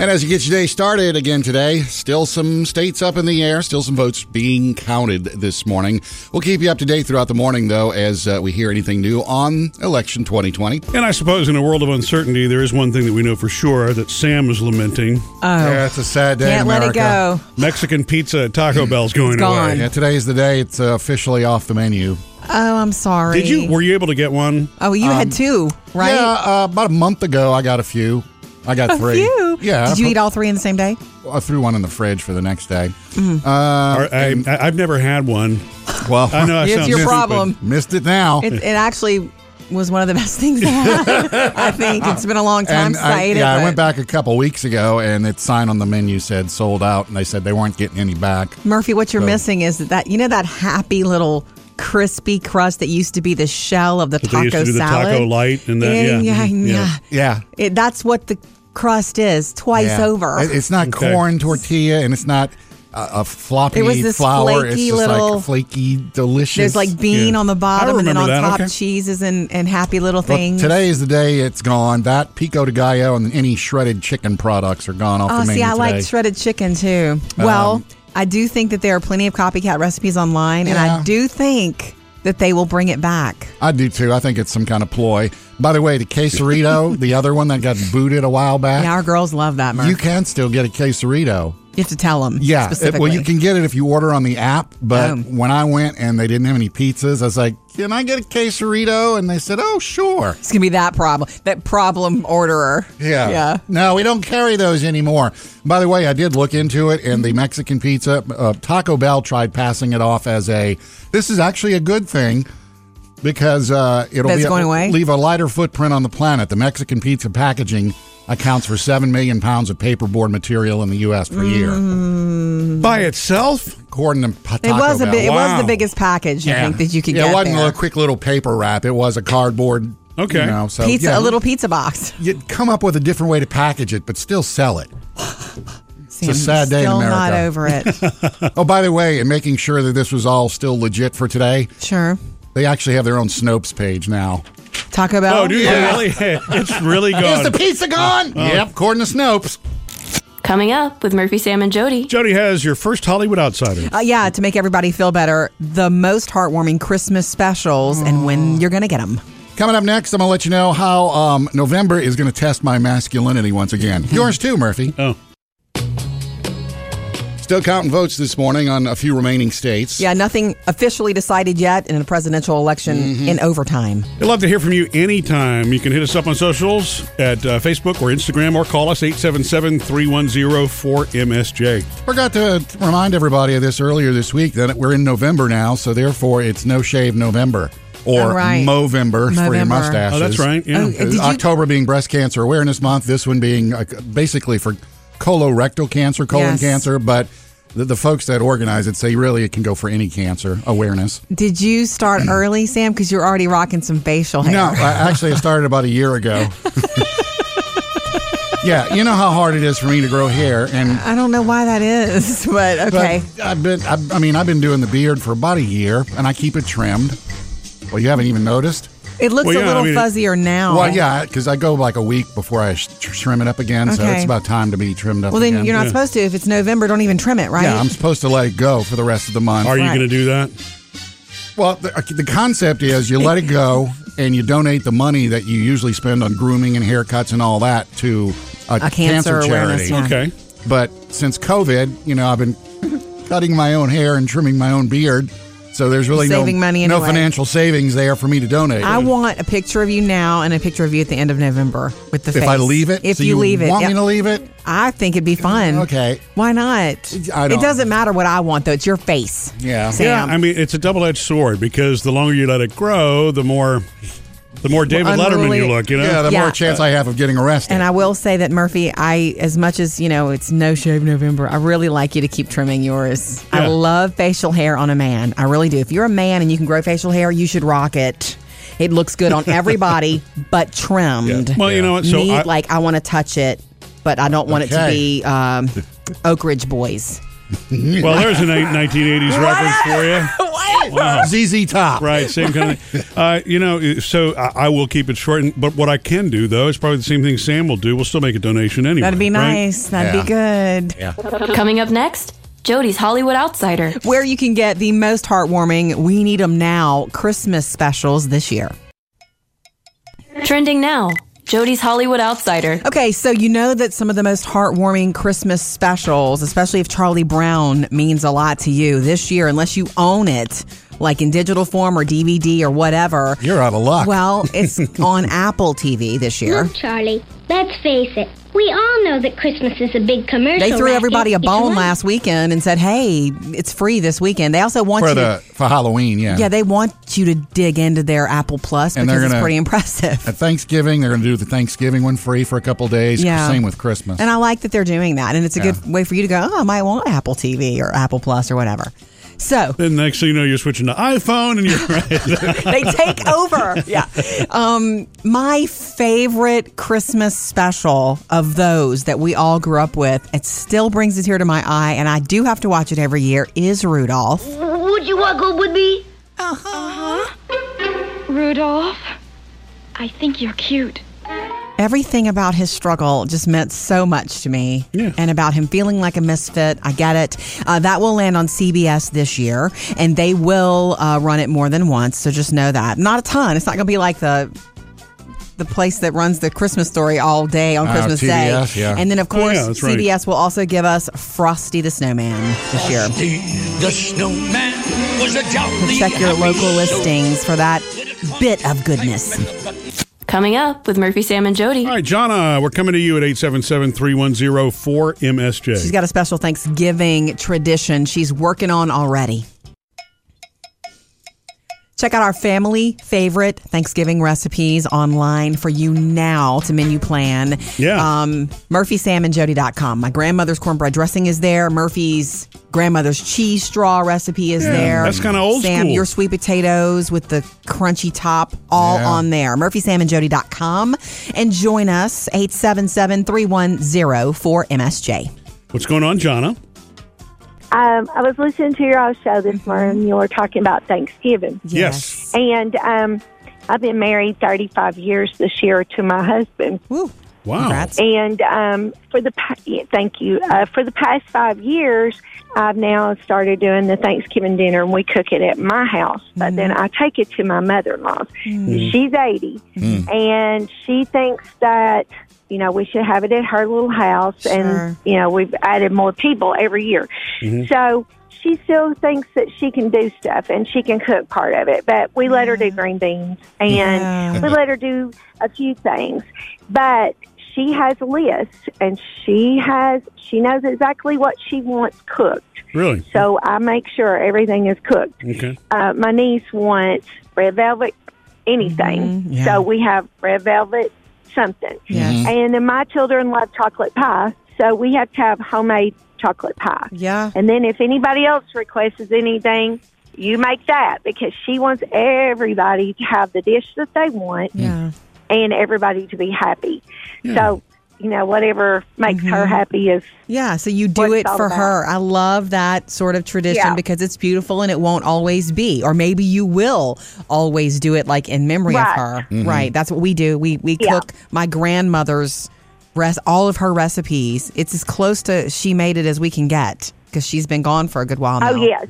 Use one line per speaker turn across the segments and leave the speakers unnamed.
And as you get your day started again today, still some states up in the air, still some votes being counted this morning. We'll keep you up to date throughout the morning, though, as uh, we hear anything new on election 2020.
And I suppose in a world of uncertainty, there is one thing that we know for sure that Sam is lamenting.
Uh,
Yeah, it's a sad day. in
Oh. Can't let it
America.
go.
Mexican pizza at Taco Bell's going
gone.
away.
Yeah, today is the day it's uh, officially off the menu.
Oh, I'm sorry.
Did you? Were you able to get one?
oh, you had two, right?
Yeah, uh, about a month ago, I got a few. I got
A
three.
few.
Yeah,
Did you
I,
eat all three in the same day?
put- I threw one in the fridge for the next day.
Or- I, I, have never had one.
Well,
I know I
Uh, um, it's
sound
your
stupid.
problem.
missed it now.
It, it actually was one of the best things I had. I think it's been a long time
and
since I,
I,
ate
yeah,
it.
I went
but
back a couple weeks ago, and its sign on the menu said sold out, and they said they weren't getting any back.
Murphy, what you're
So-
missing is that you know that happy little crispy crust that used to be the shell of the
But
taco
they used to do the
salad.
taco light and that.
yeah,
Yeah,
yeah,
mhm,
yeah.
Yeah,
It, that's what the crust is twice
Yeah.
over.
It- it's not
Okay.
corn tortilla, and it's not a, a floppy
It was this
flour. it's
flaky
just
little-
like flaky, delicious.
There's like bean
Yeah.
on the bottom,
I
and then
remember
on
that,
top
okay.
cheeses and, and happy little
Well,
things.
today is the day it's gone. That pico de gallo and any shredded chicken products are gone off
Oh,
the menu
see, I
today. Um,
like shredded chicken too. well, I do think that there are plenty of copycat recipes online, and
Yeah.
I do think that they will bring it back.
I do too. I think it's some kind of ploy. By the way, the quesarito, the other one that got booted a while back,
Yeah, our girls love that. Murph. You,
you can still get a quesarito.
have to tell them.
Yeah, it-
specifically.
well, you can get it if you order on the app. But
Oh.
when I went and they didn't have any pizzas, I was like, "Can I get a quesarito?" And they said, "Oh, sure."
It's gonna be that problem. That problem orderer.
Yeah.
yeah.
No, we don't carry those anymore. By the way, I did look into it, and the Mexican pizza, uh, Taco Bell tried passing it off as a this is actually a good thing because uh, it'll
That's
be
going away?
leave a lighter footprint on the planet. The Mexican pizza packaging accounts for 7 million pounds of paperboard material in the U.S. per year,
By itself,
according to P- Taco
Mm-hmm. It was a
Bell.
big, it was
Wow.
the biggest package I think that you could
yeah,
get
It wasn't
there.
a quick little paper wrap. It was a cardboard.
Okay.
You know, so,
pizza,
yeah,
a little pizza box.
You'd come up with a different way to package it, but still sell it.
See, I'm
sad day in
Still not
America.
over it.
Oh, by the way, and making sure that this was all still legit for today,
sure.
they actually have their own Snopes page now.
Taco Bell.
Oh, dude, really? It's really
Is
gone.
the pizza gone? Yep, according to Snopes.
Coming up with Murphy, Sam, and Jody.
Jody has your first Hollywood outsider.
Uh, yeah, to make everybody feel better, the most heartwarming Christmas specials and
Oh.
when you're going to get them.
Coming up next, I'm going to let you know how um, November is going to test my masculinity once again. Yours too, Murphy.
Oh.
Still counting votes this morning on a few remaining states.
Yeah, nothing officially decided yet in a presidential election in overtime.
We'd love to hear from you anytime. You can hit us up on socials at uh, Facebook or Instagram or call us 877 310 4MSJ.
Forgot to remind everybody of this earlier this week that we're in November now, so therefore it's No Shave November or
Oh, right.
Movember for your
Movember.
mustaches.
Oh, that's right. Yeah.
Oh, Did you-
October being Breast Cancer Awareness Month, this one being uh, basically for colorectal cancer, colon
Yes.
cancer, but the, the folks that organize it say really it can go for any cancer awareness.
Did you start early, Sam? Because you're already rocking some facial hair.
No, I, actually, I started about a year ago. yeah, you know how hard it is for me to grow hair, and
I don't know why that is, but
but
okay.
I've been, I, I mean, I've been doing the beard for about a year, and I keep it trimmed. Well, you haven't even noticed.
it looks
Well,
a
yeah,
little
I mean-
fuzzier now.
Well, yeah, because I go like a week before I sh- trim it up again, so
Okay.
it's about time to be trimmed up.
Well, then
again.
you're not supposed to. If it's November, don't even trim it, right?
Yeah, I'm supposed to let it go for the rest of the month.
Are you
right.
going to do that?
well, the, uh, the concept is you let it go and you donate the money that you usually spend on grooming and haircuts and all that to a,
A cancer awareness,
charity.
yeah.
Okay.
But since COVID, you know, I've been cutting my own hair and trimming my own beard. So there's really
Saving
no,
money
no
anyway.
financial savings there for me to donate.
I want a picture of you now and a picture of you at the end of November with the
if
face.
I leave it,
If
so
you, leave it,
want
yeah.
me to leave it?
I think it'd be fun.
Okay.
Why not?
I don't-
It doesn't matter what I want though. It's your face.
Yeah.
Sam.
Yeah, I mean, it's a double edged sword because the longer you let it grow, the more the more David Letterman
unruly-
you look, you know?
Yeah, the
Yeah.
more chance I have of getting arrested.
And I will say that Murphy, I as much as you know, it's no shave November. I really like you to keep trimming yours. I
Yeah.
love facial hair on a man. I really do. If you're a man and you can grow facial hair, you should rock it. It looks good on everybody, but trimmed.
Yeah. Well, you know what? So
Need,
I-
like I want to touch it, but I don't want it to
Okay.
be um, Oak Ridge Boys.
Well, there's an 1980s reference for you.
Whatever.
ZZ Top.
Right, same kind of thing. Uh, you know, so I, I will keep it short. and- But what I can do, though, is probably the same thing Sam will do. We'll still make a donation anyway.
That'd be
right?
nice. That'd be good.
Coming up next, Jody's Hollywood Outsider.
Where you can get the most heartwarming We Need 'em Now Christmas specials this year.
Trending now, Jody's Hollywood Outsider.
Okay, so you know that some of the most heartwarming Christmas specials, especially if Charlie Brown means a lot to you this year, unless you own it, like in digital form or DVD or whatever.
You're out of luck.
Well, it's on Apple TV this year.
Look, Charlie, let's face it. We all know that Christmas is a big commercial.
They threw
racket.
everybody a
It's
bone
one-
last weekend and said, "Hey, it's free this weekend." They also want
for
you to
the for Halloween, yeah.
Yeah, they want you to dig into their Apple Plus
And they're
because it's
gonna-
pretty impressive.
At Thanksgiving, they're going to do the Thanksgiving one free for a couple days.
Yeah.
Same with Christmas.
And I like that they're doing that. And it's a
Yeah.
good way for you to go, oh, I might want Apple TV or Apple Plus or whatever. So
Then next thing you know, you're switching to iPhone, and you're right.
they take over. Yeah. Um, my favorite Christmas special of those that we all grew up with, it still brings a tear to my eye, and I do have to watch it every year, is Rudolph.
Would you wuggle with me?
Rudolph, I think you're cute.
Everything about his struggle just meant so much to me, and about him feeling like a misfit. I get it. Uh, that will land on CBS this year, and they will uh, run it more than once. So just know that. Not a ton. It's not going to be like the the place that runs the Christmas story all day on
Ah,
Christmas
TBS,
Day.
yeah.
And then of
Oh, yeah,
course
that's right.
CBS will also give us Frosty the Snowman this year.
The snowman was a jolly
Check your
happy
local
soul.
listings for that bit of goodness.
Coming up with Murphy, Sam, and Jody.
All right, Jonna, we're coming to you at 877-310-4MSJ.
She's got a special Thanksgiving tradition she's working on already. Check out our family favorite Thanksgiving recipes online for you now to menu plan.
Yeah.
Um, MurphySamandJody.com. My grandmother's cornbread dressing is there. Murphy's grandmother's cheese straw recipe is there.
that's kinda old
Sam,
school.
your sweet potatoes with the crunchy top, all
Yeah.
on there. MurphySamandJody.com. And join us, 877 310 4MSJ.
What's going on, Jonna?
Um, I was listening to your old show this morning. You were talking about Thanksgiving.
Yes.
And um, I've been married 35 years this year to my husband.
Woo.
Wow.
Congrats.
And um, for the pa- yeah, thank you uh, for the past five years, I've now started doing the Thanksgiving dinner, and we cook it at my house. But then I take it to my mother-in-law's. She's 80, and she thinks that you know we should have it at her little house,
Sure.
and you know we've added more people every year. So. She still thinks that she can do stuff and she can cook part of it, but we let her do green beans and
Yeah.
we let her do a few things. But she has a list and she has she knows exactly what she wants cooked.
Really?
So I make sure everything is cooked.
Okay.
Uh, my niece wants red velvet anything.
Mhm, yeah.
So we have red velvet something.
Yes.
And then my children love chocolate pie, so we have to have homemade chocolate pie.
Yeah.
And then if anybody else requests anything, you make that because she wants everybody to have the dish that they want
Yeah.
and everybody to be happy. So, you know, whatever makes her
Mm-hmm.
happy is
Yeah. So you do
What it's
it
all
for her. I love that sort of tradition
Yeah.
because it's beautiful and it won't always be. Or maybe you will always do it like in memory of
Right.
her.
Mm-hmm.
Right. That's what we do. We we
Yeah.
cook my grandmother's rest all of her recipes. It's as close to she made it as we can get because she's been gone for a good while now.
oh yes,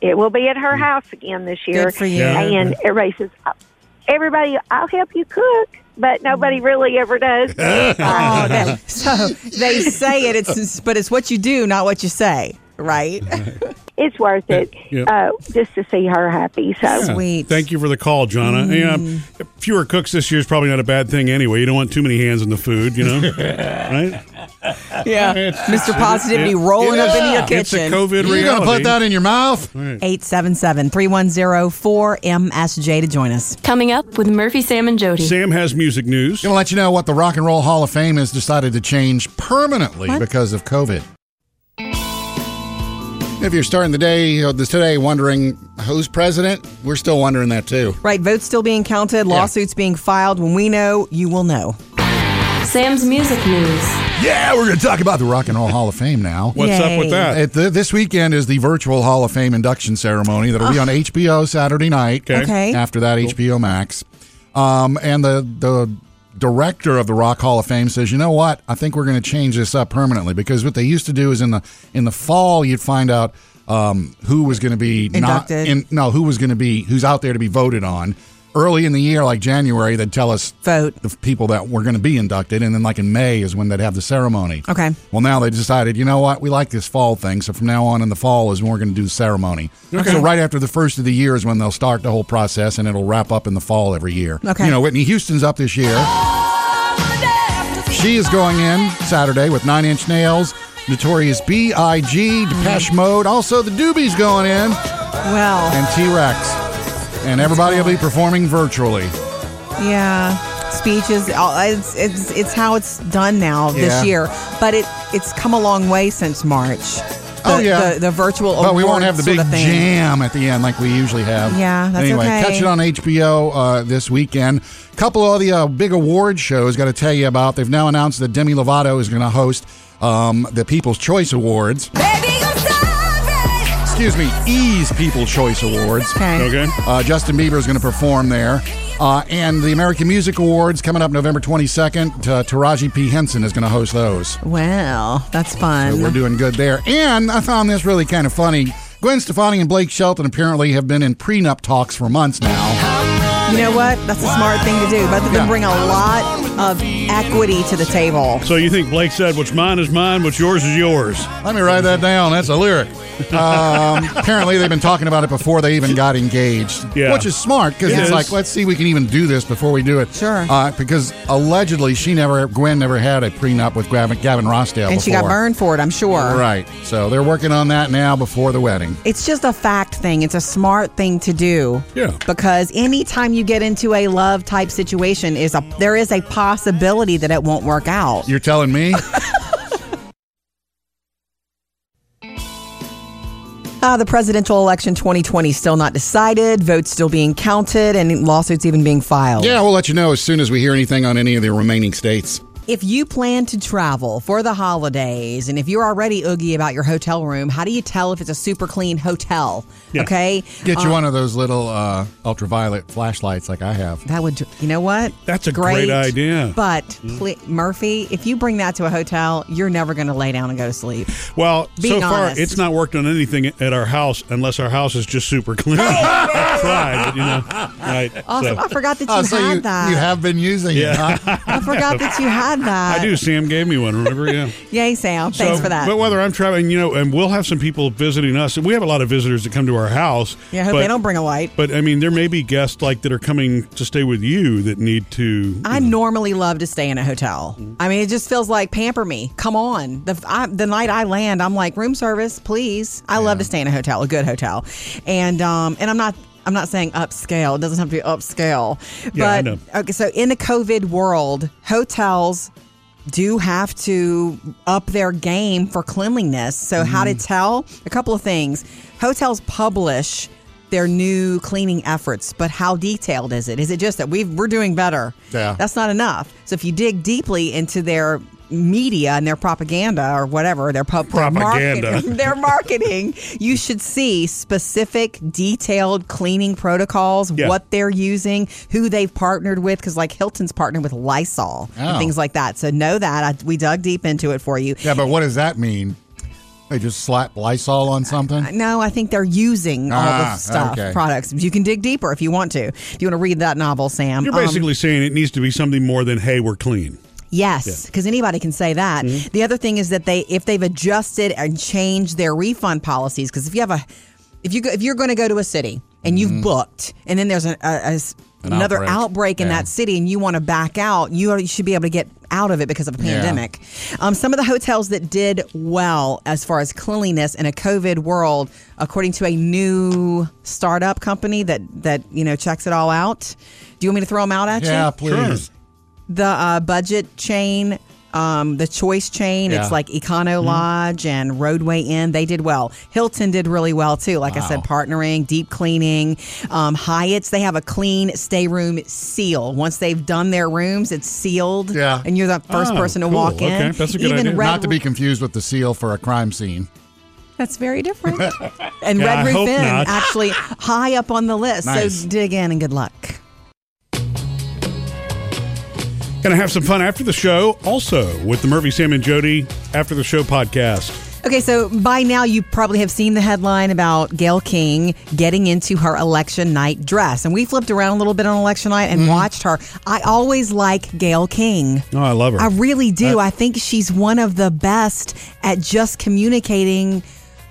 it will be at her house again this year.
Good for you. Yeah.
And everybody says, "Oh, everybody, I'll help you cook, but
Mm.
nobody really ever does.
Oh, that- so they say it, it's but it's what you do, not what you say, right?
it's worth it
Yeah.
uh, just to see her happy. So.
Sweet. Mm.
Thank you for the call, Jonna. And, uh, fewer cooks this year is probably not a bad thing anyway. You don't want too many hands in the food, you know? right?
Yeah.
It's-
Mr. Positivity
it-
rolling up into your
It's a
kitchen.
COVID
You're going to
reality.
put that in your mouth?
877 310 4MSJ to join us.
Coming up with Murphy, Sam, and Jody.
Sam has music news.
Going to let you know what the Rock and Roll Hall of Fame has decided to change permanently because of COVID. If you're starting the day uh, this today wondering who's president, we're still wondering that too.
Right, votes still being counted, lawsuits being filed. When we know, you will know.
Sam's music news.
Yeah, we're going to talk about the Rock and Roll Hall of Fame now.
What's up
Yay.
with that?
At the, this weekend is the virtual Hall of Fame induction ceremony that'll be on HBO Saturday night.
Ah. Okay.
Okay.
After that, HBO Max. Um, and the the director of the Rock Hall of Fame says, you know what? I think we're going to change this up permanently because what they used to do is in the in the fall you'd find out um, who was going to be
Inducted.
not in no who was going to be who's out there to be voted on. Early in the year, like January, they'd tell us
Vote.
the people that were going to be inducted, and then like in May is when they'd have the ceremony.
Okay.
Well, now they decided, you know what, we like this fall thing, so from now on in the fall is when we're going to do the ceremony. So right after the first of the year is when they'll start the whole process, and it'll wrap up in the fall every year.
Okay.
You know, Whitney Houston's up this year. She is going in Saturday with Nine Inch Nails, Notorious B.I.G., Depeche Mode, also the Doobies going in,
Well,
and T Rex. And everybody will be performing virtually.
yeah. Speeches, all- it's, it's, it's how it's done now
Yeah.
this year. But it it's come a long way since March. The,
Oh, yeah.
The, the virtual
But we won't
award
have the
sort
big
of thing.
jam at the end like we usually have.
Yeah, that's
anyway,
okay.
catch it on HBO uh, this weekend. couple of the uh, big award shows got to tell you about. They've now announced that Demi Lovato is going to host um, the People's Choice Awards. Excuse me, E Ease People's Choice Awards.
Okay.
Okay.
Uh, Justin Bieber is going to perform there. Uh, and the American Music Awards coming up November 22nd. Uh, Taraji P. Henson is going to host those.
Well, that's fun.
So we're doing good there. And I found this really kind of funny. Gwen Stefani and Blake Shelton apparently have been in prenup talks for months now.
You know what? That's a smart thing to do. Both of
Yeah.
them bring a lot of equity to the table.
So you think Blake said, "What's mine is mine, what's yours is yours."
Let me write that down. That's a lyric. Um, apparently, they've been talking about it before they even got engaged,
Yeah.
which is smart because
It
it's
is.
like, let's see, if we can even do this before we do it.
Sure.
Uh, because allegedly, she never, Gwen never had a prenup with Gavin, Gavin Rossdale.
And she got
before.
burned for it, I'm sure.
Right. So they're working on that now before the wedding.
It's just a fact thing. It's a smart thing to do.
Yeah.
Because anytime you get into a love type situation, is a there is a possibility that it won't work out.
You're telling me?
Uh, the presidential election 2020 still not decided, votes still being counted, and lawsuits even being filed.
yeah, we'll let you know as soon as we hear anything on any of the remaining states.
If you plan to travel for the holidays and if you're already oogie about your hotel room, how do you tell if it's a super clean hotel? Okay.
Get you one of those little uh, ultraviolet flashlights like I have.
That would, you know what?
That's a great idea. Mm-hmm.
But ple- Murphy, if you bring that to a hotel, you're never going to lay down and go to sleep.
Well,
Being
so
honest.
far it's not worked on anything at our house unless our house is just super clean. I tried, but, you know. Right.
Awesome.
so.
I forgot that you
Oh, so
had
you,
that.
you have been using it, huh?
I forgot that you had that.
I do. Sam gave me one. Remember? Yeah.
Yay, Sam. Thanks
So,
for that.
But whether I'm traveling, you know, and we'll have some people visiting us, and we have a lot of visitors that come to our house.
yeah, I hope
but,
they don't bring a light.
But I mean, there may be guests like that are coming to stay with you that need to.
I normally love to stay in a hotel.
Mm-hmm.
I mean, it just feels like pamper me. Come on, the I, the night I land, I'm like room service, please. I love to stay in a hotel, a good hotel, and um, and I'm not. I'm not saying upscale. It doesn't have to be upscale.
Yeah, I
but
know.
okay, so in the COVID world, hotels do have to up their game for cleanliness. So how to
Mm.
tell? A couple of things. Hotels publish their new cleaning efforts, but how detailed is it? Is it just that we we're doing better?
Yeah.
That's not enough. So if you dig deeply into their media and their propaganda or whatever their pub
Propaganda.
their marketing, their marketing you should see specific detailed cleaning protocols
Yeah.
what they're using who they've partnered with because like hilton's partnered with lysol and
Oh.
things like that so know that I, we dug deep into it for you
Yeah, but what does that mean? They just slap Lysol on something?
No, I think they're using all
Ah,
the stuff,
okay.
products. You can dig deeper if you want to. If you want to read that novel, Sam.
You're
Um,
basically saying it needs to be something more than hey, we're clean.
Yes, because anybody can say that.
Mm-hmm.
The other thing is that they, if they've adjusted and changed their refund policies, because if you have a, if you go, if you're going to go to a city and you've booked, and then there's an, a, a s-
Mm-hmm. An
another
outbreak.
outbreak, in
Yeah.
that city, and you want to back out, you, are, you should be able to get out of it because of a
Yeah.
pandemic. Um, some of the hotels that did well as far as cleanliness in a COVID world, according to a new startup company that that you know checks it all out. Do you want me to throw them out at you?
Yeah, please.
the uh, budget chain um, the Choice chain.
Yeah.
It's like Econo
Mm-hmm.
Lodge and Roadway Inn. They did well. Hilton did really well too. Like I said, partnering, deep cleaning. Um, Hyatt's they have a clean stay room seal. Once they've done their rooms, it's sealed.
Yeah.
and you're the first
Oh,
person to
cool.
walk in.
Okay, that's a good
Even
idea.
Red
Not to be confused with the seal for a crime scene.
that's very different. and
Yeah, I
Red Roof
hope
Inn,
not.
actually high up on the list.
Nice.
So dig in and good luck.
Gonna have some fun after the show, also with the Murphy, Sam, and Jody After the Show podcast.
Okay, so by now you probably have seen the headline about Gail King getting into her election night dress. And we flipped around a little bit on election night and watched her. I always like Gail King.
Mm-hmm. Oh, I love her.
I really do. I think she's one of the best at just communicating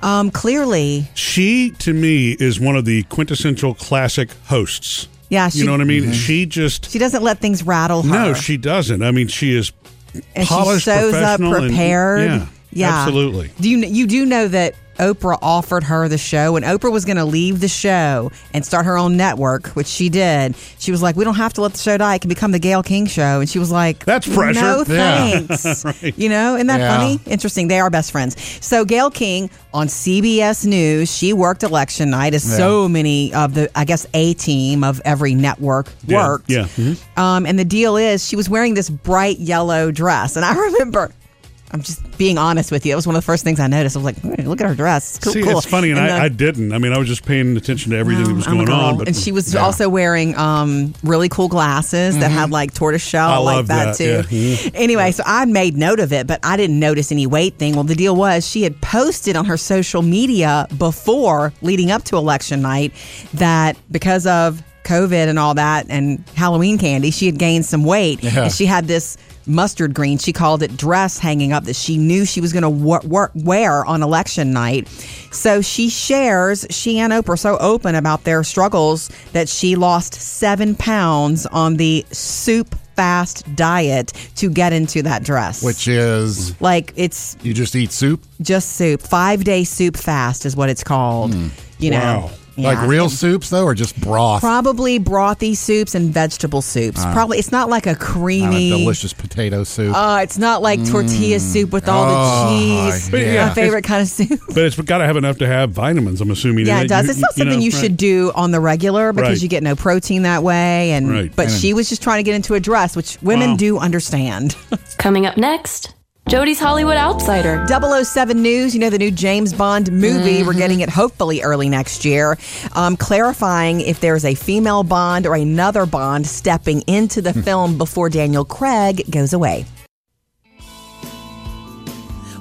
um, clearly.
she, to me, is one of the quintessential classic hosts.
Yeah,
you
she-
know what I mean? She just.
She doesn't let things rattle her.
no, she doesn't. I mean, she is
and
polished,
she shows up
professional, and-
prepared.
yeah, absolutely.
Do you you do know that Oprah offered her the show, and Oprah was going to leave the show and start her own network, which she did. She was like, "We don't have to let the show die; it can become the Gail King Show." And she was like,
That's pressure.
No
Yeah.
thanks.
Right.
You know, isn't that
Yeah.
funny? Interesting. They are best friends. So Gail King on CBS News, she worked election night, as so many of the, I guess, a team of every network
Yeah,
worked.
yeah. Mhm.
Um, and the deal is, she was wearing this bright yellow dress, and I remember. I'm just being honest with you. It was one of the first things I noticed. I was like, "Hmm, "Look at her dress. It's cool."
See,
cool."
it's funny, and,
And
I,
the-
I didn't. I mean, I was just paying attention to everything that was
I'm a
going on.
girl.
But
and she was also wearing um, really cool glasses that had like tortoiseshell,
Mm-hmm. I
like
love
that,
that,
too.
yeah.
Anyway, so I made note of it, but I didn't notice any weight thing. Well, the deal was she had posted on her social media before leading up to election night that because of COVID and all that and Halloween candy, she had gained some weight. And she had this mustard green, she called it dress hanging up that she knew she was going to wor- wor- wear on election night. So she shares, she and Oprah are so open about their struggles that she lost seven pounds on the soup fast diet to get into that dress.
Which is
like it's
you just eat soup,
just soup. Five day soup fast is what it's called. You know.
Wow.
Yeah.
like real soups though, or just broth
Probably brothy soups and vegetable soups. Probably it's not like a
on a
creamy
delicious potato soup.
Uh, it's not like tortilla soup with all
Oh,
the cheese.
But
Mm. yeah.
My favorite kind of soup.
but it's got to have enough to have vitamins. I'm assuming.
Yeah,
and
it does. It's not something
know,
you
right.
should do on the regular because
Right.
you get no protein that way. And
Right.
but
And-
she was just trying to get into a dress, which women
Wow.
do understand.
Coming up next, Jody's Hollywood Outsider.
007 News, you know, the new James Bond movie. We're getting it hopefully early next year. Um, clarifying if there's a female Bond or another Bond stepping into the film before Daniel Craig goes away.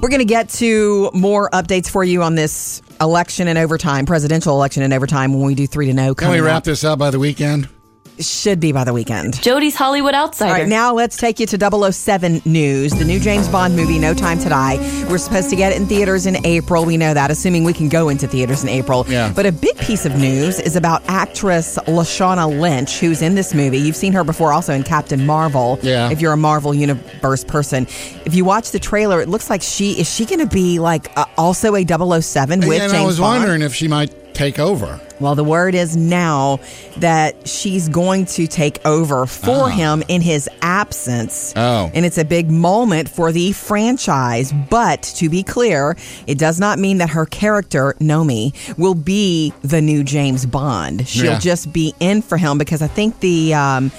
We're going to get to more updates for you on this election in overtime, presidential election in overtime when we do three to know.
Can we
coming
wrap
up.
this up by the weekend?
Should be by the weekend.
Jody's Hollywood Outsider.
All right, now let's take you to 007 news. The new James Bond movie, No Time to Die. We're supposed to get it in theaters in April. We know that, assuming we can go into theaters in April.
Yeah.
But a big piece of news is about actress Lashana Lynch, who's in this movie. You've seen her before also in Captain Marvel.
Yeah.
If you're a Marvel Universe person. If you watch the trailer, it looks like she is she going to be like uh, also a 007 with
and
James
I was
Bond?
wondering if she might take over.
Well, the word is now that she's going to take over for him in his absence.
Ah. Oh.
And it's a big moment for the franchise. But to be clear, it does not mean that her character, Nomi, will be the new James Bond. She'll
Yeah.
just be in for him because I think the. Um,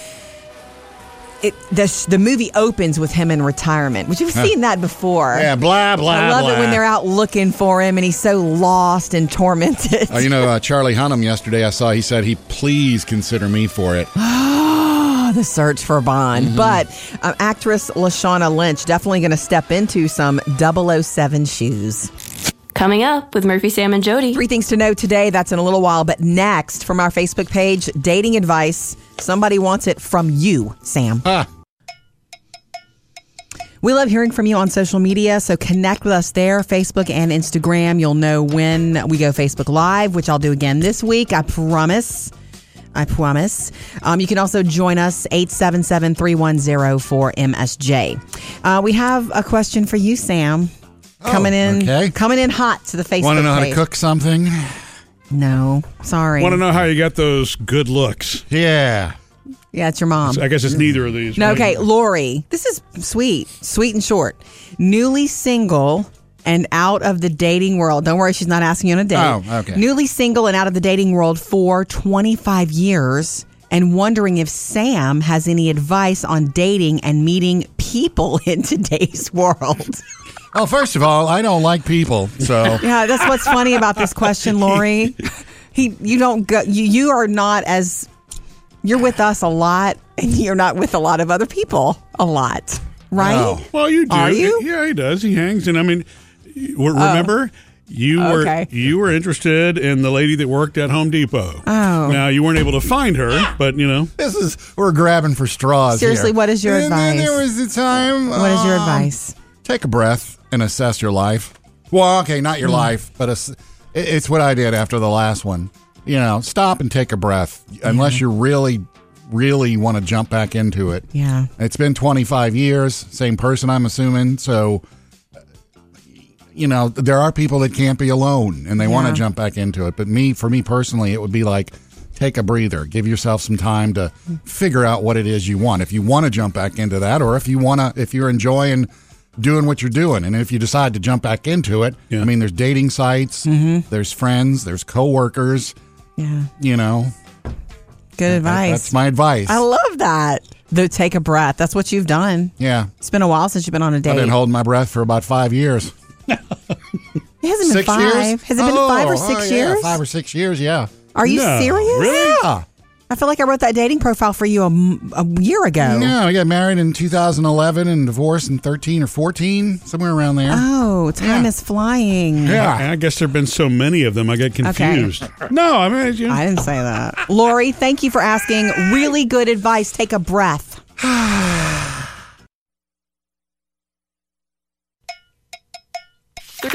it, the, the movie opens with him in retirement, which we've seen that before.
Yeah, blah blah.
I love it when
blah.
they're out looking for him and he's so lost and tormented.
Oh, you know, uh, Charlie Hunnam yesterday, I saw he said he please consider me for it.
the search for Bond. But um, actress Lashana Lynch definitely going to step into some 007 shoes.
Coming up with Murphy, Sam, and Jody.
Three things to know today. That's in a little while. But next from our Facebook page, dating advice. Somebody wants it from you, Sam.
Ah.
We love hearing from you on social media, so connect with us there, Facebook and Instagram. You'll know when we go Facebook Live, which I'll do again this week. I promise. I promise. Um, you can also join us 877 310 4MSJ. Uh, we have a question for you, Sam. coming in
Oh, okay.
coming in hot to the Facebook
Want to know how to
page.
cook something?
No, sorry.
Want to know how you got those good looks?
Yeah.
Yeah, it's your mom.
I guess it's neither of these.
No,
right?
okay, Lori. This is sweet, sweet and short. Newly single and out of the dating world. Don't worry, she's not asking you on a date.
Oh, okay.
Newly single and out of the dating world for 25 years and wondering if Sam has any advice on dating and meeting people in today's world.
Well, first of all, I don't like people, so
Yeah, that's what's funny about this question, Lori. He, you don't go. You, you are not as. You're with us a lot, and you're not with a lot of other people a lot, right?
No.
Well, you do.
Are you? Oh.
Yeah, he does. He hangs, and I mean, w- remember. You were
Okay.
you were interested in the lady that worked at Home Depot.
Oh.
Now you weren't able to find her, but you know.
this is we're grabbing for straws. here.
Seriously, what is your
And then
advice?
there was a time.
What is your
um,
advice?
Take a breath and assess your life. Well, okay, not
Mm.
your life, but ass- it- it's what I did after the last one. You know, stop and take a breath, unless you really, really want to jump back into it.
Yeah.
It's been 25 years, same person, I'm assuming. So, you know, there are people that can't be alone and they want to
Yeah.
jump back into it. But me, for me personally, it would be like take a breather, give yourself some time to figure out what it is you want. If you want to jump back into that, or if you want to, if you're enjoying doing what you're doing, and if you decide to jump back into it,
Yeah.
I mean, there's dating sites,
Mm-hmm.
there's friends, there's coworkers.
Yeah.
You know,
Good
That-
advice.
that's my advice.
I love that. Though, take a breath. That's what you've done.
yeah.
It's been a while since you've been on a date.
I've been holding my breath for about five years.
it hasn't been
six
five.
years?
Has it been
Oh,
five or
oh,
six
yeah,
years?
Five or six years, yeah.
Are you
No,
serious?
really?
Yeah.
I feel like I wrote that dating profile for you a, m- a year ago.
Yeah, I got married in 2011 and divorced in 13 or 14, somewhere around there.
Oh, time
Yeah.
is flying.
I, I guess there've been so many of them, I get confused. No, I mean, you know,
I didn't say that. Lori, thank you for asking. Really good advice. Take a breath.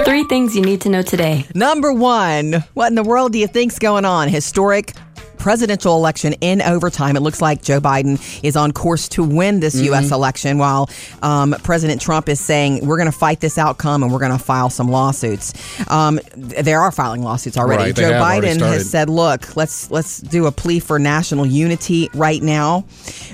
Three things you need to know today.
Number one, what in the world do you think's going on? Historic presidential election in overtime. It looks like Joe Biden is on course to win this
Mm-hmm.
U.S. election, while um, President Trump is saying we're going to fight this outcome and we're going to file some lawsuits. Um, th- there are filing lawsuits already.
Right, they
Joe
have already
Biden
started.
has said, "Look, let's let's do a plea for national unity right now."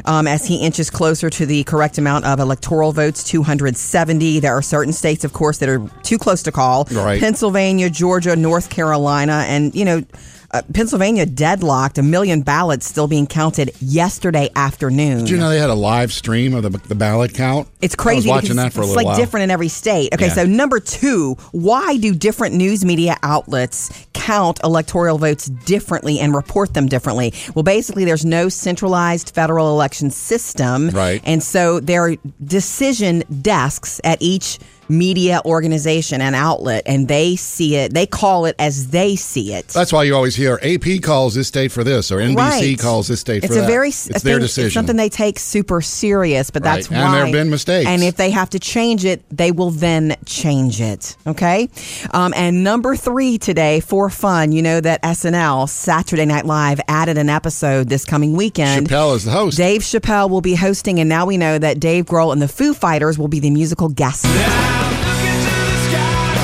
Um, as he inches closer to the correct amount of electoral votes, 270. There are certain states, of course, that are too close to call.
Right.
Pennsylvania, Georgia, North Carolina, and you know, uh, Pennsylvania deadlocked. A million ballots still being counted yesterday afternoon.
Did you know they had a live stream of the, the ballot count?
It's crazy.
I was watching
because
that for a
it's
little
like
while.
different in every state. Okay,
Yeah.
so number two, why do different news media outlets count electoral votes differently and report them differently? Well, basically, there's no centralized federal election system,
Right.
And so there are decision desks at each media organization and outlet, and they see it. They call it as they see it.
That's why you always hear AP calls this state for this or NBC
Right.
E calls this state
it's
for
a
that.
Very,
it's
I
their
think
decision.
It's something they take super serious, but that's
Right.
why.
And there have been mistakes.
And if they have to change it, they will then change it. Okay. Um, and number three today for fun, you know that SNL Saturday Night Live added an episode this coming weekend.
Chappelle is the host.
Dave Chappelle will be hosting, and now we know that Dave Grohl and the Foo Fighters will be the musical guests.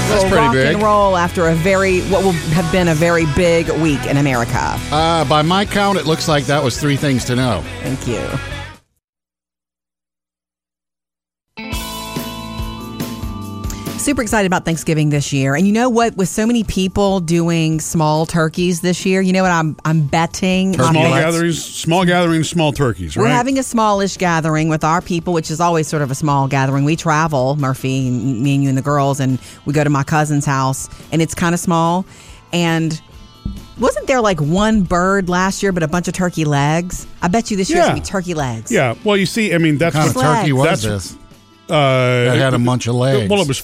That's pretty
rock
big.
and roll after a very what will have been a very big week in America.
Uh, by my count, it looks like that was three things to know.
Thank you. Super excited about Thanksgiving this year. And you know what? With so many people doing small turkeys this year, you know what I'm I'm betting
Turkey
I'm
small
Lots.
gatherings, small gatherings, small turkeys.
we're
right?
having a smallish gathering with our people, which is always sort of a small gathering. We travel, Murphy, and me and you and the girls, and we go to my cousin's house, and it's kind of small. And wasn't there like one bird last year, but a bunch of turkey legs? I bet you this year's
Yeah.
gonna be turkey legs.
yeah. Well, you see, I mean, that's
What kind
Just
of
what,
legs.
turkey was
That's-
this?
uh,
That had a bunch of legs.
Well, it was.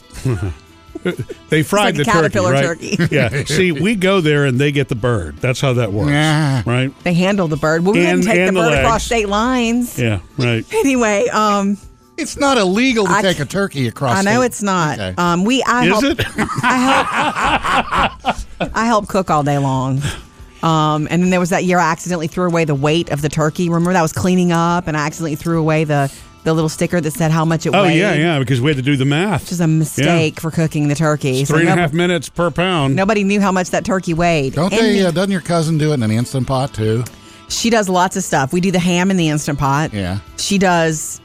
they fried
It's like
the
a
turkey,
caterpillar
right?
turkey.
yeah. See, we go there and they get the bird. That's how that works,
Yeah.
right?
They handle the bird. Well, we
And-
didn't take the
and the
bird across
legs.
state lines.
Yeah, right.
Anyway, um,
It's not illegal to
I
take a
can't-
turkey across.
I know
state.
it's not.
Okay.
Um, we I
Is
help,
it?
I help cook all day long. Um, and then there was that year I accidentally threw away the weight of the turkey. Remember that was cleaning up, and I accidentally threw away the the little sticker that said how much it
Oh
weighed.
yeah, yeah. Because we had to do the math.
Which is a mistake for cooking the turkey.
Three and a
no-
half minutes per pound.
Nobody knew how much that turkey weighed.
Don't uh,
And
they? Uh, doesn't your cousin do it in an instant pot too?
She does lots of stuff. We do the ham in the Instant Pot.
Yeah.
She does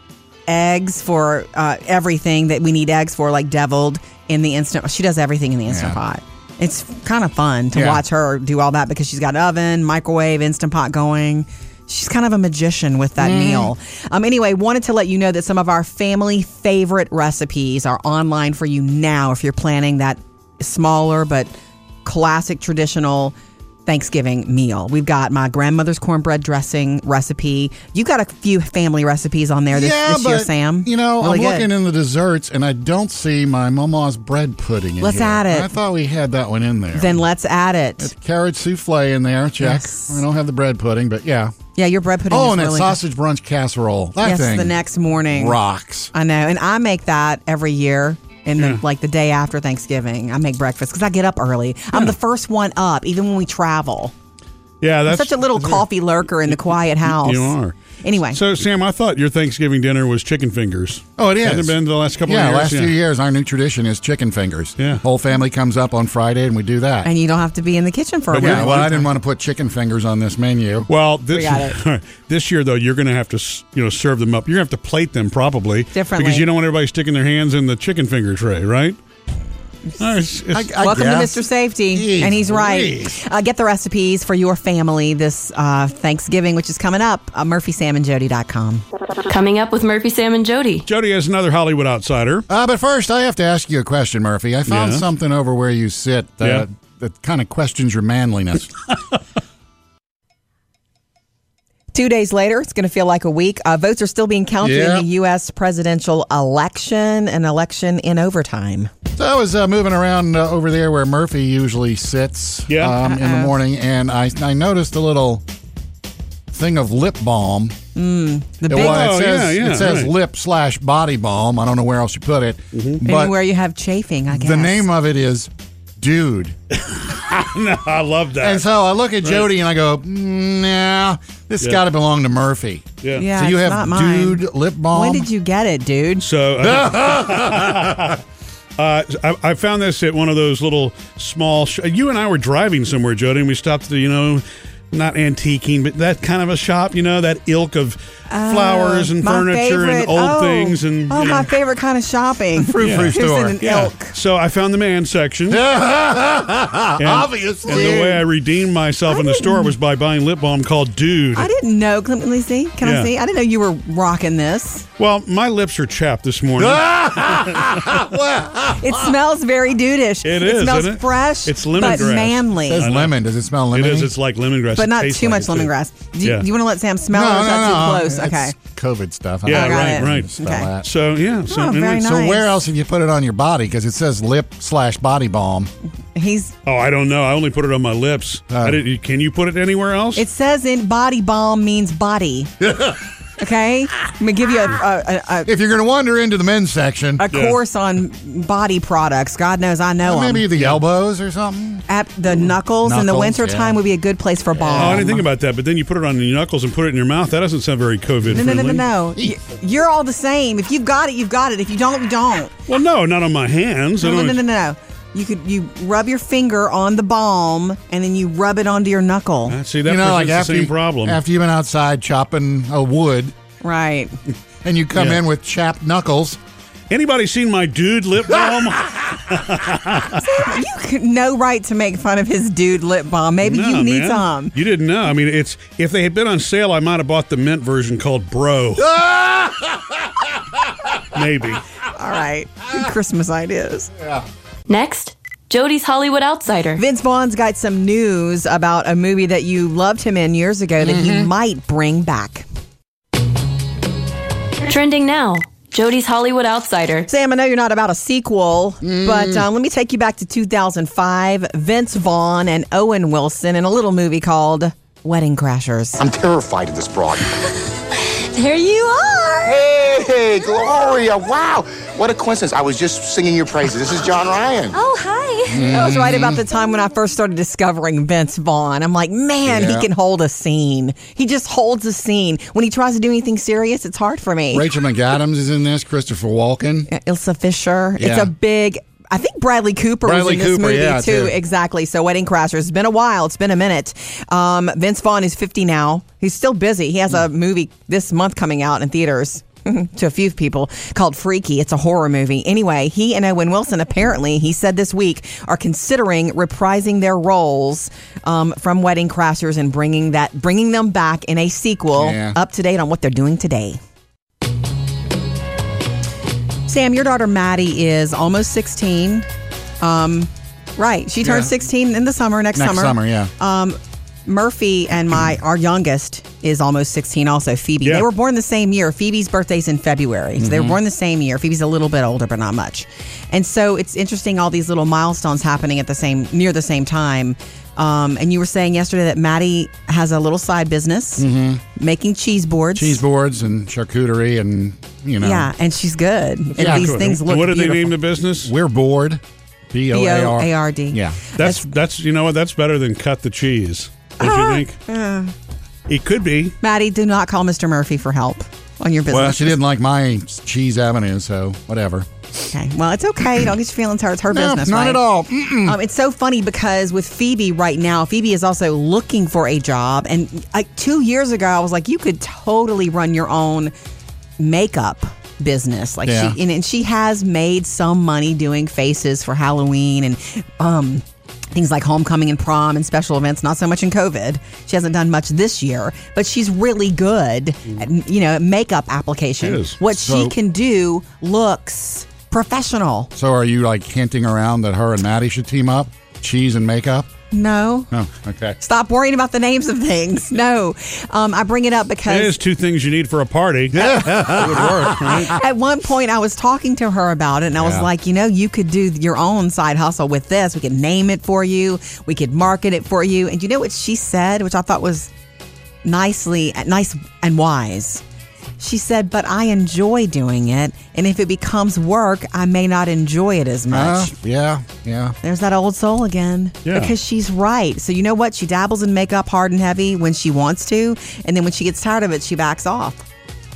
eggs for uh, everything that we need eggs for, like deviled in the Instant She does everything in the Instant
Yeah.
Pot. It's kind of fun to
Yeah.
watch her do all that because she's got an oven, microwave, Instant Pot going. She's kind of a magician with that meal. Um, anyway, wanted to let you know that some of our family favorite recipes are online for you now if you're planning that smaller but classic traditional Thanksgiving meal. We've got my grandmother's cornbread dressing recipe. You got a few family recipes on there this,
yeah,
this
but
year, Sam.
you know,
Really
I'm
good.
looking in the desserts and I don't see my mama's bread pudding. In
Let's
here.
add it.
I thought we had that one in there.
Then let's add it.
carrot souffle in there. Check.
Yes.
We don't have the bread pudding, but yeah.
yeah, your bread pudding.
oh,
is
and that
really good.
sausage brunch casserole. That
Yes,
thing
the next morning.
rocks.
I know, and I make that every year. In the,
Hmm.
like the day after Thanksgiving, I make breakfast because I get up early. I'm the
Hmm.
first one up, even when we travel.
Yeah,
I'm
that's
such a little coffee lurker in the quiet house.
You are.
Anyway,
So, Sam, I thought your Thanksgiving dinner was chicken fingers.
Oh, it is.
Hasn't it been the last couple
yeah,
of years.
last few years, our new tradition is chicken fingers.
Yeah.
whole family comes up on Friday and we do that.
and you don't have to be in the kitchen for a
But
while.
yeah,
yeah, well, I didn't want to put chicken fingers on this menu.
Well, this
got it.
all right. this year though, you're going to have to s- you know serve them up. You're going to have to plate them probably
Differently.
because you don't want everybody sticking their hands in the chicken finger tray, right? No, it's- it's-
I
Welcome
guess.
to Mr. Safety,
Jeez
and he's
Louise.
right. Uh, get the recipes for your family this uh, Thanksgiving, which is coming up. Uh, MurphySamandJody.com.
Coming up with Murphy, Sam, and Jody.
Jody has another Hollywood outsider.
Uh, but first, I have to ask you a question, Murphy. I found
Yeah.
something over where you sit uh,
Yeah.
that kind of questions your manliness.
Two days later, it's going to feel like a week. Uh, votes are still being counted
Yeah.
in the U.S. presidential election, an election in overtime.
so I was uh, moving around uh, over there where Murphy usually sits
Yeah.
um, in
Uh-huh.
the morning, and I, I noticed a little thing of lip balm.
The
It,
big
well, it
Oh,
says,
yeah, yeah,
it says
right. Mm-hmm.
lip slash body balm. I don't know where else you put it. But
anywhere you have chafing, I guess.
the name of it is Dude.
I love that.
And so I look at Jody and I go, nah, this has
Yeah.
got to belong to Murphy.
yeah.
Yeah,
so you
it's
have
not mine.
Dude lip
um,
balm.
When did you get it, dude?
So uh, uh, I, I found this at one of those little small. Sh- you and I were driving somewhere, Jody, and we stopped at the, you know. Not antiquing, but that kind of a shop, you know, that ilk of flowers and
Uh, My
furniture
favorite-
and old
oh,
things and
oh,
you
my
know.
favorite kind of shopping.
Frou frou
Who's in
store.
an
Yeah.
elk?
So I found the man section. And-
Obviously.
And the way I redeemed myself in the store was by buying lip balm called Dude.
I didn't know. Let me see. Can
Yeah.
I see? I didn't know you were rocking this.
Well, my lips are chapped this morning.
Ah!
It smells very dudish.
Ah. It
It
is,
smells
isn't it?
fresh.
It's
But
lemongrass.
It
manly.
says lemon. Does it smell
It
lemon?
is. It's like lemongrass. It
But not
tastes
too
like
much
it, too.
lemongrass. Do you,
Yeah.
do you want to let Sam smell
no,
it? or
no,
is that
no.
too close?
It's
okay.
COVID stuff. I
Yeah,
don't know
right,
if you can
right.
spell
Okay.
that.
So yeah. So
Oh,
anyway,
very
so-
So
Nice.
where else have you put it on your body? Because it says lip slash body balm.
He's.
oh, I don't know. I only put it on my lips.
Ah.
I didn't, can you put it anywhere else?
It says in body balm means body. okay. I'm gonna give you a a, a,
If you're going to wander into the men's section,
a course on body products. God knows I know
well,
'em.
maybe the elbows or something.
At the knuckles, in the
Knuckles,
wintertime
yeah.
would be a good place for
oh,
balm.
I didn't think about that. But then you put it on your knuckles and put it in your mouth. That doesn't sound very COVID
No, no,
friendly.
no, no, no. Y- You're all the same. If you've got it, you've got it. If you don't, you don't.
Well, no, not on my hands. I
No, no,
don't-
no, no, no. You could you rub your finger on the balm and then you rub it onto your knuckle.
Ah, See, that
you know, like
presents
after
the same
you-
problem.
After you've been outside chopping a wood,
Right.
and you come
Yeah.
in with chapped knuckles.
Anybody seen my dude lip balm?
You could no right to make fun of his dude lip balm. Maybe
No,
you need
man.
some.
You didn't know. I mean, it's if they had been on sale, I might have bought the mint version called Bro. Maybe.
All right. Good Christmas ideas.
Next, Jody's Hollywood Outsider.
Vince Vaughn's got some news about a movie that you loved him in years ago that he might bring back.
Trending now, Jody's Hollywood Outsider.
Sam, I know you're not about a sequel, but um, let me take you back to 2005. Vince Vaughn and Owen Wilson in a little movie called Wedding Crashers.
I'm terrified of this broad.
There you are.
Hey, Gloria, wow. What a coincidence. I was just singing your praises. This is John Ryan.
Oh, hi.
That was right about the time when I first started discovering Vince Vaughn. I'm like, man,
Yeah.
he can hold a scene. He just holds a scene. When he tries to do anything serious, it's hard for me.
Rachel McAdams is in this. Christopher Walken.
uh, Ilsa Fisher.
Yeah.
It's a big. I think Bradley Cooper
Bradley
was in this
Cooper,
movie
yeah,
too.
too.
Exactly. So Wedding Crashers. It's been a while. It's been a minute. Um, Vince Vaughn is 50 now. He's still busy. He has a
Hmm.
movie this month coming out in theaters. To a few people called Freaky. It's a horror movie. Anyway, he and Owen Wilson apparently, he said this week, are considering reprising their roles um, from Wedding Crashers and bringing that, bringing them back in a sequel,
Yeah.
up to date on what they're doing today. Sam, your daughter Maddie is almost 16. Um, right. She turns
Yeah.
16 in the summer, next,
Next
summer.
summer, yeah.
Um, Murphy and my, our youngest is almost 16 also, Phoebe.
Yeah.
They were born the same year. Phoebe's birthday's in February. So they were
Mhm.
born the same year. Phoebe's a little bit older, but not much. And so it's interesting all these little milestones happening at the same, near the same time. Um, and you were saying yesterday that Maddie has a little side business
Mhm.
making cheese boards.
Cheese boards and charcuterie and, you know.
Yeah, and she's good. And
Yeah,
these
cool.
things
And
look
what did they
beautiful.
name the business?
We're bored. B O A R.
B-O-A-R-D.
Yeah.
That's that's you know what that's better than cut the cheese. Don't you think?
Uh,
It could be.
Maddie, do not call Mr. Murphy for help on your business.
Well, she didn't like my Cheese Avenue, so whatever.
Okay. Well, it's okay. Don't get your feelings hurt. It's her
No,
business.
not
right?
at all. Mm.
Um, it's so funny because with Phoebe right now, Phoebe is also looking for a job. And like two years ago, I was like, you could totally run your own makeup business. Like
Yeah.
she and, and she has made some money doing faces for Halloween and um things like homecoming and prom and special events not so much in covid she hasn't done much this year but she's really good at you know makeup application
Mm. She is.
what she
So-
can do looks professional
So are you like hinting around that her and Maddie should team up? Cheese and makeup?
no
Oh, okay.
Stop worrying about the names of things. No, um, I bring it up because
It is two things you need for a party. Yeah, it would work. Right?
at one point I was talking to her about it and I was
Yeah.
like, you know, you could do your own side hustle with this. We could name it for you, we could market it for you. And you know what she said, which I thought was nicely uh, nice and wise. She said, "But I enjoy doing it, and if it becomes work, I may not enjoy it as
Uh,
much."
yeah, yeah.
There's that old soul again.
Yeah.
Because she's right. So you know what? She dabbles in makeup hard and heavy when she wants to, and then when she gets tired of it, she backs off.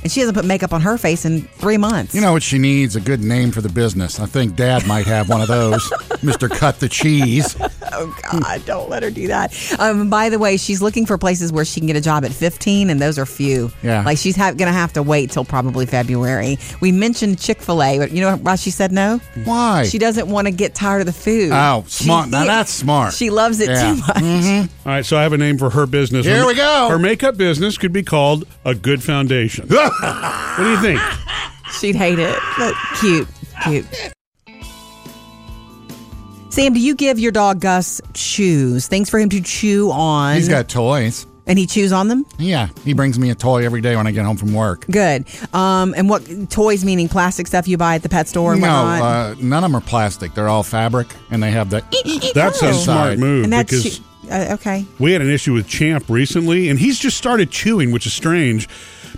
And she hasn't put makeup on her face in three months.
You know what she needs? A good name for the business. I think Dad might have one of those. Mr. Cut the Cheese.
Oh God, don't let her do that. Um, by the way, she's looking for places where she can get a job at 15, and those are few.
Yeah.
Like she's ha- gonna have to wait till probably February. We mentioned Chick Fil A, but you know why she said no?
Why?
She doesn't want to get tired of the food.
Oh,
She-
smart. Now that's smart.
She loves it
Yeah.
too much.
All right, so I have a name for her business.
Here
Her-
we go.
Her makeup business could be called a good foundation. what do you think?
She'd hate it. But cute, cute. Sam, do you give your dog Gus chews? Things for him to chew on.
He's got toys.
and he chews on them.
Yeah, he brings me a toy every day when I get home from work.
Good. Um, and what toys? Meaning plastic stuff you buy at the pet store and
no,
whatnot.
uh, none of them are plastic. They're all fabric, and they have that.
That's a
Oh.
smart move
and that's
because
uh, okay.
we had an issue with Champ recently, and he's just started chewing, which is strange.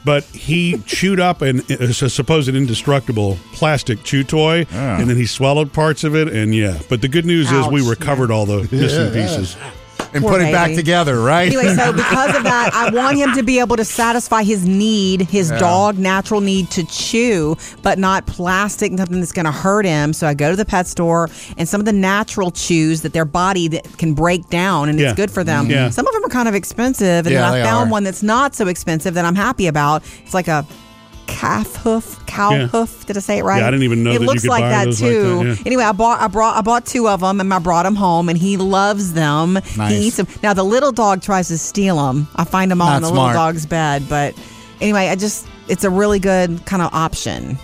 But he chewed up an a supposed indestructible plastic chew toy, and then he swallowed parts of it, and yeah. But the good news is we
Ouch.
recovered all the missing
Yeah.
pieces.
and
Poor
put it back
baby.
together, right?
Anyway, so because of that, I want him to be able to satisfy his need, his
Yeah.
dog natural need to chew, but not plastic, nothing that's going to hurt him. So I go to the pet store, and some of the natural chews that their body that can break down and
Yeah. Mm-hmm.
it's good for them.
Yeah.
Some of them are kind of expensive, and
Yeah,
then
they
I found
are.
one that's not so expensive that I'm happy about. It's like a calf hoof, cow
Yeah.
hoof. Did I say it right?
Yeah, I didn't even know
It
that you
looks
could
like
buy
that
those like
too.
that, yeah.
Anyway, I bought I brought I bought two of them, and I brought them home, and he loves them.
Nice.
He eats them. Now the little dog tries to steal them. I find them all
Not
in the
smart.
little dog's bed, but anyway, I just it's a really good kind of option.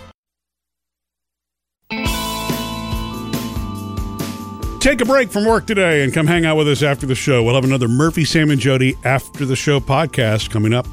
Take a break from work today and come hang out with us after the show. We'll have another Murphy, Sam, and Jody after the show podcast coming up.